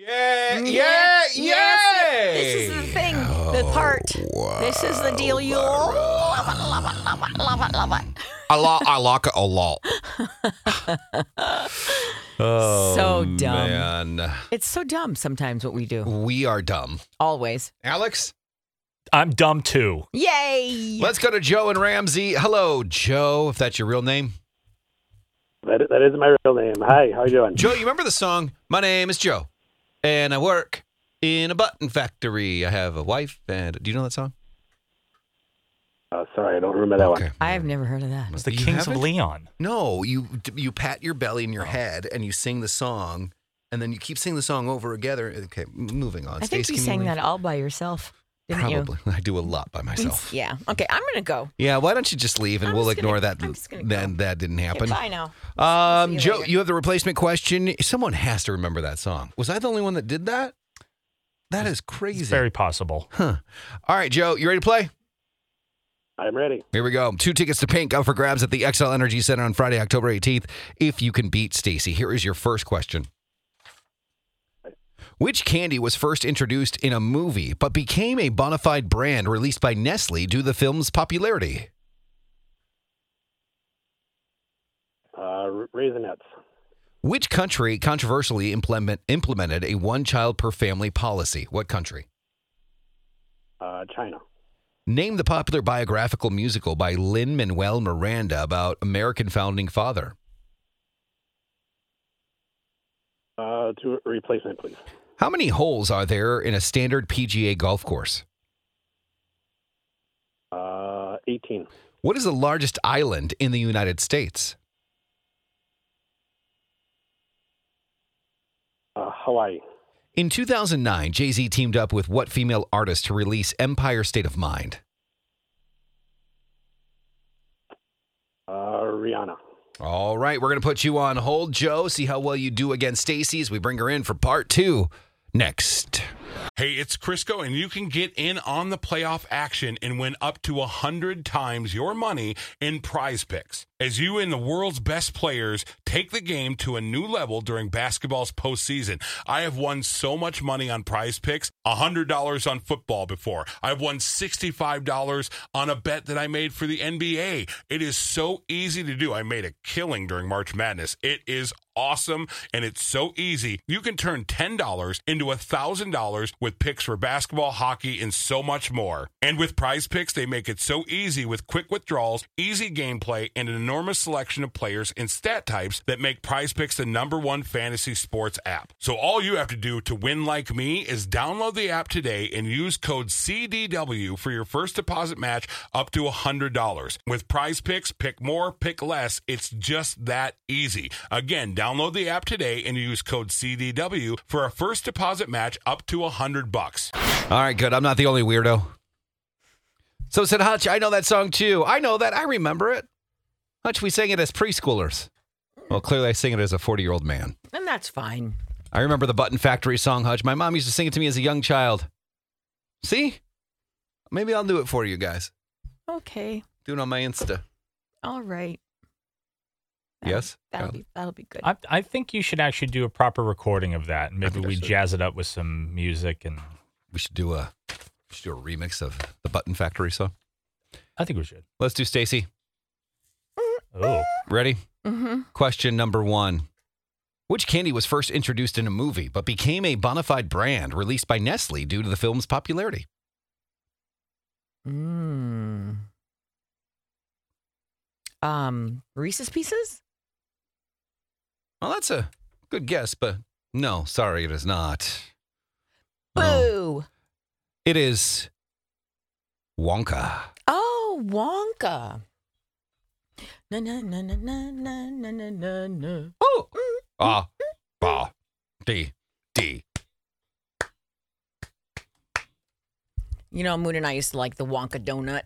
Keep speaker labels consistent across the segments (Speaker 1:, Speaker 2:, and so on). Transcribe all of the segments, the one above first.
Speaker 1: Yeah, yeah, yeah.
Speaker 2: This is the thing,
Speaker 1: Oh,
Speaker 2: the part. This is the deal you'll love it, love it, love it, love it, love it.
Speaker 1: I, lo- I like it a lot. oh,
Speaker 2: So dumb.
Speaker 1: Man.
Speaker 2: It's so dumb sometimes what we do.
Speaker 1: We are dumb.
Speaker 2: Always.
Speaker 1: Alex,
Speaker 3: I'm dumb too.
Speaker 2: Yay!
Speaker 1: let's go to Joe and Ramsey. Hello, Joe, if that's your real name.
Speaker 4: That is, that is my real name. Hi, how you doing?
Speaker 1: Joe, you remember the song? My name is Joe, and I work in a button factory. I have a wife, and do you know that song?
Speaker 4: Oh, sorry, I don't remember that one.
Speaker 2: I have never heard of that.
Speaker 3: It's the
Speaker 1: You
Speaker 3: Kings
Speaker 1: haven't?
Speaker 3: of Leon.
Speaker 1: No, you you pat your belly and your head, and you sing the song, and then you keep singing the song over again. Okay, m- moving on.
Speaker 2: I think
Speaker 1: Stace,
Speaker 2: you
Speaker 1: can
Speaker 2: sang
Speaker 1: leave?
Speaker 2: that all by yourself, didn't
Speaker 1: Probably, I do a lot by
Speaker 2: you?
Speaker 1: myself.
Speaker 2: Yeah. Okay, I'm gonna go.
Speaker 1: Yeah, why don't you just leave and
Speaker 2: I'm
Speaker 1: we'll
Speaker 2: just gonna-
Speaker 1: ignore that?
Speaker 2: I'm just gonna
Speaker 1: Then that didn't
Speaker 2: Okay,
Speaker 1: happen.
Speaker 2: bye now. See
Speaker 1: Um,
Speaker 2: you
Speaker 1: Joe,
Speaker 2: later.
Speaker 1: you have the replacement question. Someone has to remember that song. Was I the only one that did that? That is crazy.
Speaker 3: It's very possible.
Speaker 1: huh. All right, Joe, you ready to play?
Speaker 4: I'm ready.
Speaker 1: Here we go. Two tickets to Pink up for grabs at the XL Energy Center on Friday, October 18th. If you can beat Stacy, here is your first question. Which candy was first introduced in a movie but became a bona fide brand released by Nestle due to the film's popularity?
Speaker 4: Uh, Ra- Raisinets.
Speaker 1: Which country controversially implement, implemented a one child per family policy? What country?
Speaker 4: Uh, China.
Speaker 1: Name the popular biographical musical by Lin Manuel Miranda about American founding father.
Speaker 4: Uh, to replacement, please.
Speaker 1: How many holes are there in a standard PGA golf course?
Speaker 4: Uh, 18.
Speaker 1: What is the largest island in the United States?
Speaker 4: Uh, Hawaii.
Speaker 1: In 2009, Jay Z teamed up with what female artist to release Empire State of Mind?
Speaker 4: Uh, Rihanna.
Speaker 1: All right, we're going to put you on hold, Joe. See how well you do against Stacy as we bring her in for part two next.
Speaker 5: Hey, it's Crisco, and you can get in on the playoff action and win up to 100 times your money in prize picks. As you and the world's best players take the game to a new level during basketball's postseason, I have won so much money on prize picks $100 on football before. I've won $65 on a bet that I made for the NBA. It is so easy to do. I made a killing during March Madness. It is awesome and it's so easy. You can turn $10 into $1,000 with picks for basketball, hockey, and so much more. And with prize picks, they make it so easy with quick withdrawals, easy gameplay, and an enormous selection of players and stat types that make prize picks the number one fantasy sports app. So all you have to do to win like me is download the app today and use code CDW for your first deposit match up to $100. With prize picks, pick more, pick less. It's just that easy. Again, download the app today and use code CDW for a first deposit match up to 100 bucks.
Speaker 1: All right, good. I'm not the only weirdo. So said Hutch, I know that song too. I know that. I remember it. Hutch, we sang it as preschoolers. Well, clearly I sing it as a 40 year old man.
Speaker 2: And that's fine.
Speaker 1: I remember the Button Factory song, Hutch. My mom used to sing it to me as a young child. See? Maybe I'll do it for you guys.
Speaker 2: Okay.
Speaker 1: Do it on my Insta.
Speaker 2: All right.
Speaker 1: Yes?
Speaker 2: That'll
Speaker 1: Yeah.
Speaker 2: be that'll be good.
Speaker 3: I, I think you should actually do a proper recording of that, and maybe
Speaker 1: think I
Speaker 3: we
Speaker 1: should.
Speaker 3: jazz it up with some music. And
Speaker 1: We should do a we should do a remix of the Button Factory song.
Speaker 3: I think we should.
Speaker 1: Let's do Stacy.
Speaker 3: Oh,
Speaker 1: Ready?
Speaker 2: Mm-hmm.
Speaker 1: Question number one. Which candy was first introduced in a movie but became a bona fide brand released by Nestle due to the film's popularity?
Speaker 2: Mm. Um, Reese's Pieces?
Speaker 1: Well, that's a good guess, but no, sorry, it is not.
Speaker 2: Boo!
Speaker 1: No. It is Wonka.
Speaker 2: Oh, Wonka. Na na na na na na na na na na.
Speaker 1: Oh, ah, ba, D, D.
Speaker 2: You know, Moon and I used to like the Wonka donut.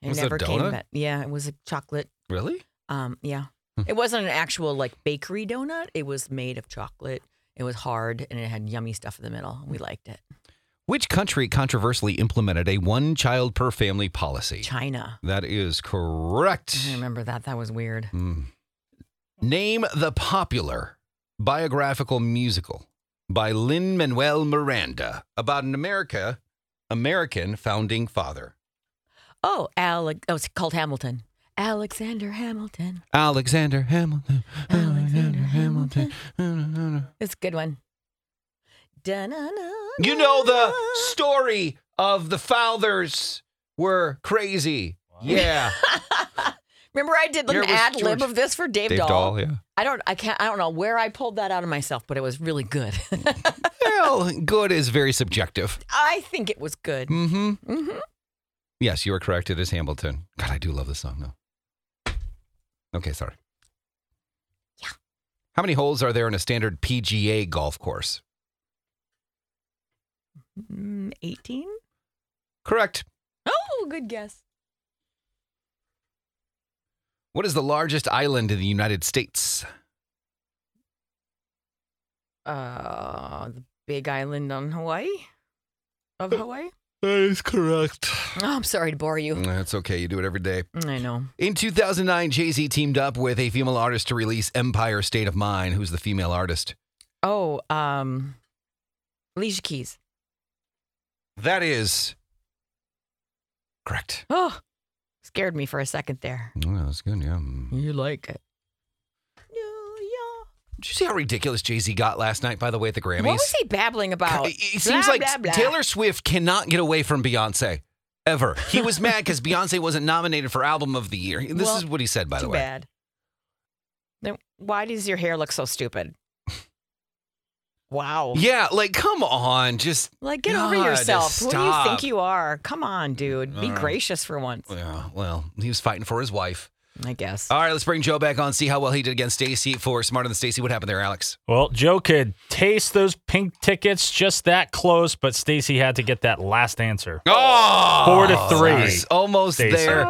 Speaker 2: It
Speaker 1: Was it a
Speaker 2: never
Speaker 1: donut?
Speaker 2: came back. Yeah, it was a chocolate.
Speaker 1: Really?
Speaker 2: Um, yeah.
Speaker 1: Hmm.
Speaker 2: It wasn't an actual like bakery donut. It was made of chocolate. It was hard and it had yummy stuff in the middle. We liked it.
Speaker 1: Which country controversially implemented a one child per family policy?
Speaker 2: China.
Speaker 1: That is
Speaker 2: I
Speaker 1: correct. Hmm.
Speaker 2: remember that. That was weird.
Speaker 1: Mm. Name the popular biographical musical by Lin Manuel Miranda about an America American founding father.
Speaker 2: Oh, Alec. Oh, it's called Hamilton. Alexander Hamilton.
Speaker 1: Alexander Hamilton.
Speaker 2: Alexander Hamilton. It's a good one. Da-na-na-na.
Speaker 1: You know the story of the fathers were crazy. Yeah.
Speaker 2: Remember, I did
Speaker 1: Here
Speaker 2: an
Speaker 1: was
Speaker 2: ad lib
Speaker 1: George-
Speaker 2: of this for Dave,
Speaker 1: Dave
Speaker 2: Dahl.
Speaker 1: Dahl, yeah.
Speaker 2: I don't. I can't. I don't know where I pulled that out of myself, but it was really good.
Speaker 1: Well, good is very subjective.
Speaker 2: I think it was good.
Speaker 1: Mm-hmm.
Speaker 2: hmm
Speaker 1: Yes, you are correct. It is Hamilton. God, I do love this song, though. Okay, sorry.
Speaker 2: Yeah.
Speaker 1: How many holes are there in a standard PGA golf course?
Speaker 2: Mm, 18?
Speaker 1: Correct.
Speaker 2: Oh, good guess.
Speaker 1: What is the largest island in the United States?
Speaker 2: Uh, the big island on Hawaii? Of Hawaii?
Speaker 1: That is correct.
Speaker 2: Oh, I'm sorry to bore you.
Speaker 1: That's okay. You do it every day.
Speaker 2: I know.
Speaker 1: In 2009, Jay Z teamed up with a female artist to release Empire State of Mind. Who's the female artist?
Speaker 2: Oh, um, Alicia Keys.
Speaker 1: That is correct.
Speaker 2: Oh, scared me for a second there.
Speaker 1: Well, Oh, that's good. Yeah. Mm.
Speaker 2: You like it? New York.
Speaker 1: Did you see how ridiculous Jay Z got last night? By the way, at the Grammys.
Speaker 2: What was he babbling about?
Speaker 1: It- It seems
Speaker 2: Blah,
Speaker 1: like
Speaker 2: blah, blah.
Speaker 1: Taylor Swift cannot get away from Beyonce ever. He was mad because Beyonce wasn't nominated for Album of the Year. This
Speaker 2: Well,
Speaker 1: is what he said, by
Speaker 2: Too
Speaker 1: the way.
Speaker 2: bad. Then why does your hair look so stupid? Wow.
Speaker 1: Yeah, like come on, just
Speaker 2: Like, get
Speaker 1: God,
Speaker 2: over yourself.
Speaker 1: just
Speaker 2: Who do you
Speaker 1: stop. Uh.
Speaker 2: think you are? Come on, dude. Be
Speaker 1: All right.
Speaker 2: gracious for once.
Speaker 1: yeah, well, he was fighting for his wife.
Speaker 2: I guess.
Speaker 1: All right, let's bring Joe back on, see how well he did against Stacy for Smarter Than Stacy. What happened there, Alex?
Speaker 3: Well, Joe could taste those pink tickets just that close, but Stacy had to get that last answer.
Speaker 1: Oh,
Speaker 3: Four to three.
Speaker 1: nice. almost
Speaker 3: Stacy.
Speaker 1: there.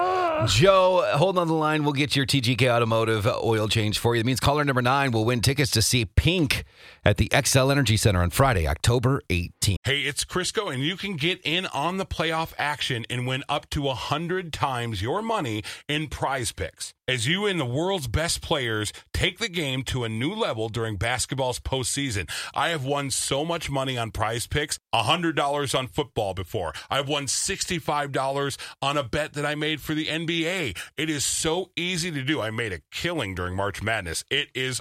Speaker 1: Joe, hold on the line. We'll get your TGK Automotive oil change for you. It means caller number nine will win tickets to see Pink at the XL Energy Center on Friday, October 18th.
Speaker 5: Hey, it's Crisco, and you can get in on the playoff action and win up to 100 times your money in prize picks. As you and the world's best players take the game to a new level during basketball's postseason, I have won so much money on prize picks $100 on football before. I've won $65 on a bet that I made for the NBA. It is so easy to do. I made a killing during March Madness. It is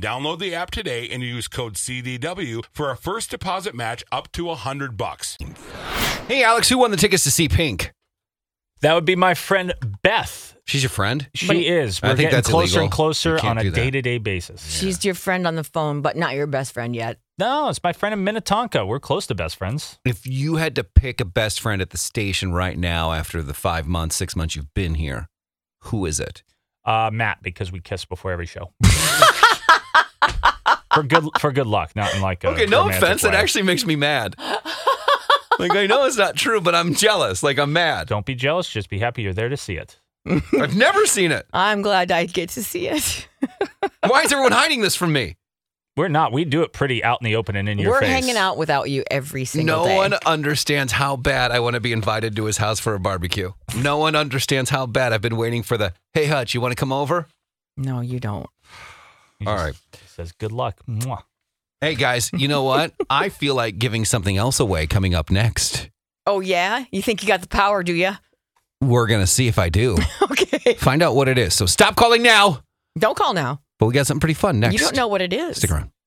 Speaker 5: download the app today and use code CDW for a first deposit match up to 100 bucks.
Speaker 1: Hey, Alex, who won the tickets to see Pink?
Speaker 3: That would be my friend Beth.
Speaker 1: She's your friend?
Speaker 3: She
Speaker 2: But-
Speaker 3: is.
Speaker 1: I
Speaker 3: We're
Speaker 1: think
Speaker 3: getting
Speaker 1: that's
Speaker 3: closer
Speaker 1: illegal.
Speaker 3: and
Speaker 1: You
Speaker 3: closer
Speaker 1: can't
Speaker 3: on
Speaker 1: do
Speaker 3: a
Speaker 1: that.
Speaker 3: day to day basis.
Speaker 2: She's your friend on the phone, but not your best friend yet.
Speaker 3: No, it's my friend in Minnetonka. We're close to best friends.
Speaker 1: If you had to pick a best friend at the station right now after the five months, six months you've been here, who is it?
Speaker 3: Uh, Matt, because we kiss before every show. for good for good luck, not in like a
Speaker 1: Okay, no
Speaker 3: romantic
Speaker 1: offense. That
Speaker 3: way.
Speaker 1: actually makes me mad. like, I know it's not true, but I'm jealous. Like, I'm mad.
Speaker 3: Don't be jealous. Just be happy you're there to see it.
Speaker 1: I've never seen it.
Speaker 2: I'm glad I get to see it.
Speaker 1: Why is everyone hiding this from me?
Speaker 3: We're not. We do it pretty out in the open and in your
Speaker 2: We're
Speaker 3: face.
Speaker 2: hanging out without you every single
Speaker 1: No
Speaker 2: day.
Speaker 1: one understands how bad I want to be invited to his house for a barbecue. No one understands how bad I've been waiting for the, hey, Hutch, you want to come over?
Speaker 2: No, you don't.
Speaker 3: He
Speaker 1: All
Speaker 3: just
Speaker 1: right.
Speaker 3: Says good luck. Mwah.
Speaker 1: Hey, guys, you know what? I feel like giving something else away coming up next.
Speaker 2: Oh yeah, you think you got the power, do you?
Speaker 1: We're going to see if I do.
Speaker 2: Okay.
Speaker 1: Find out what it is. So stop calling now.
Speaker 2: Don't call now.
Speaker 1: But we got something pretty fun next.
Speaker 2: You don't know what it is.
Speaker 1: Stick around.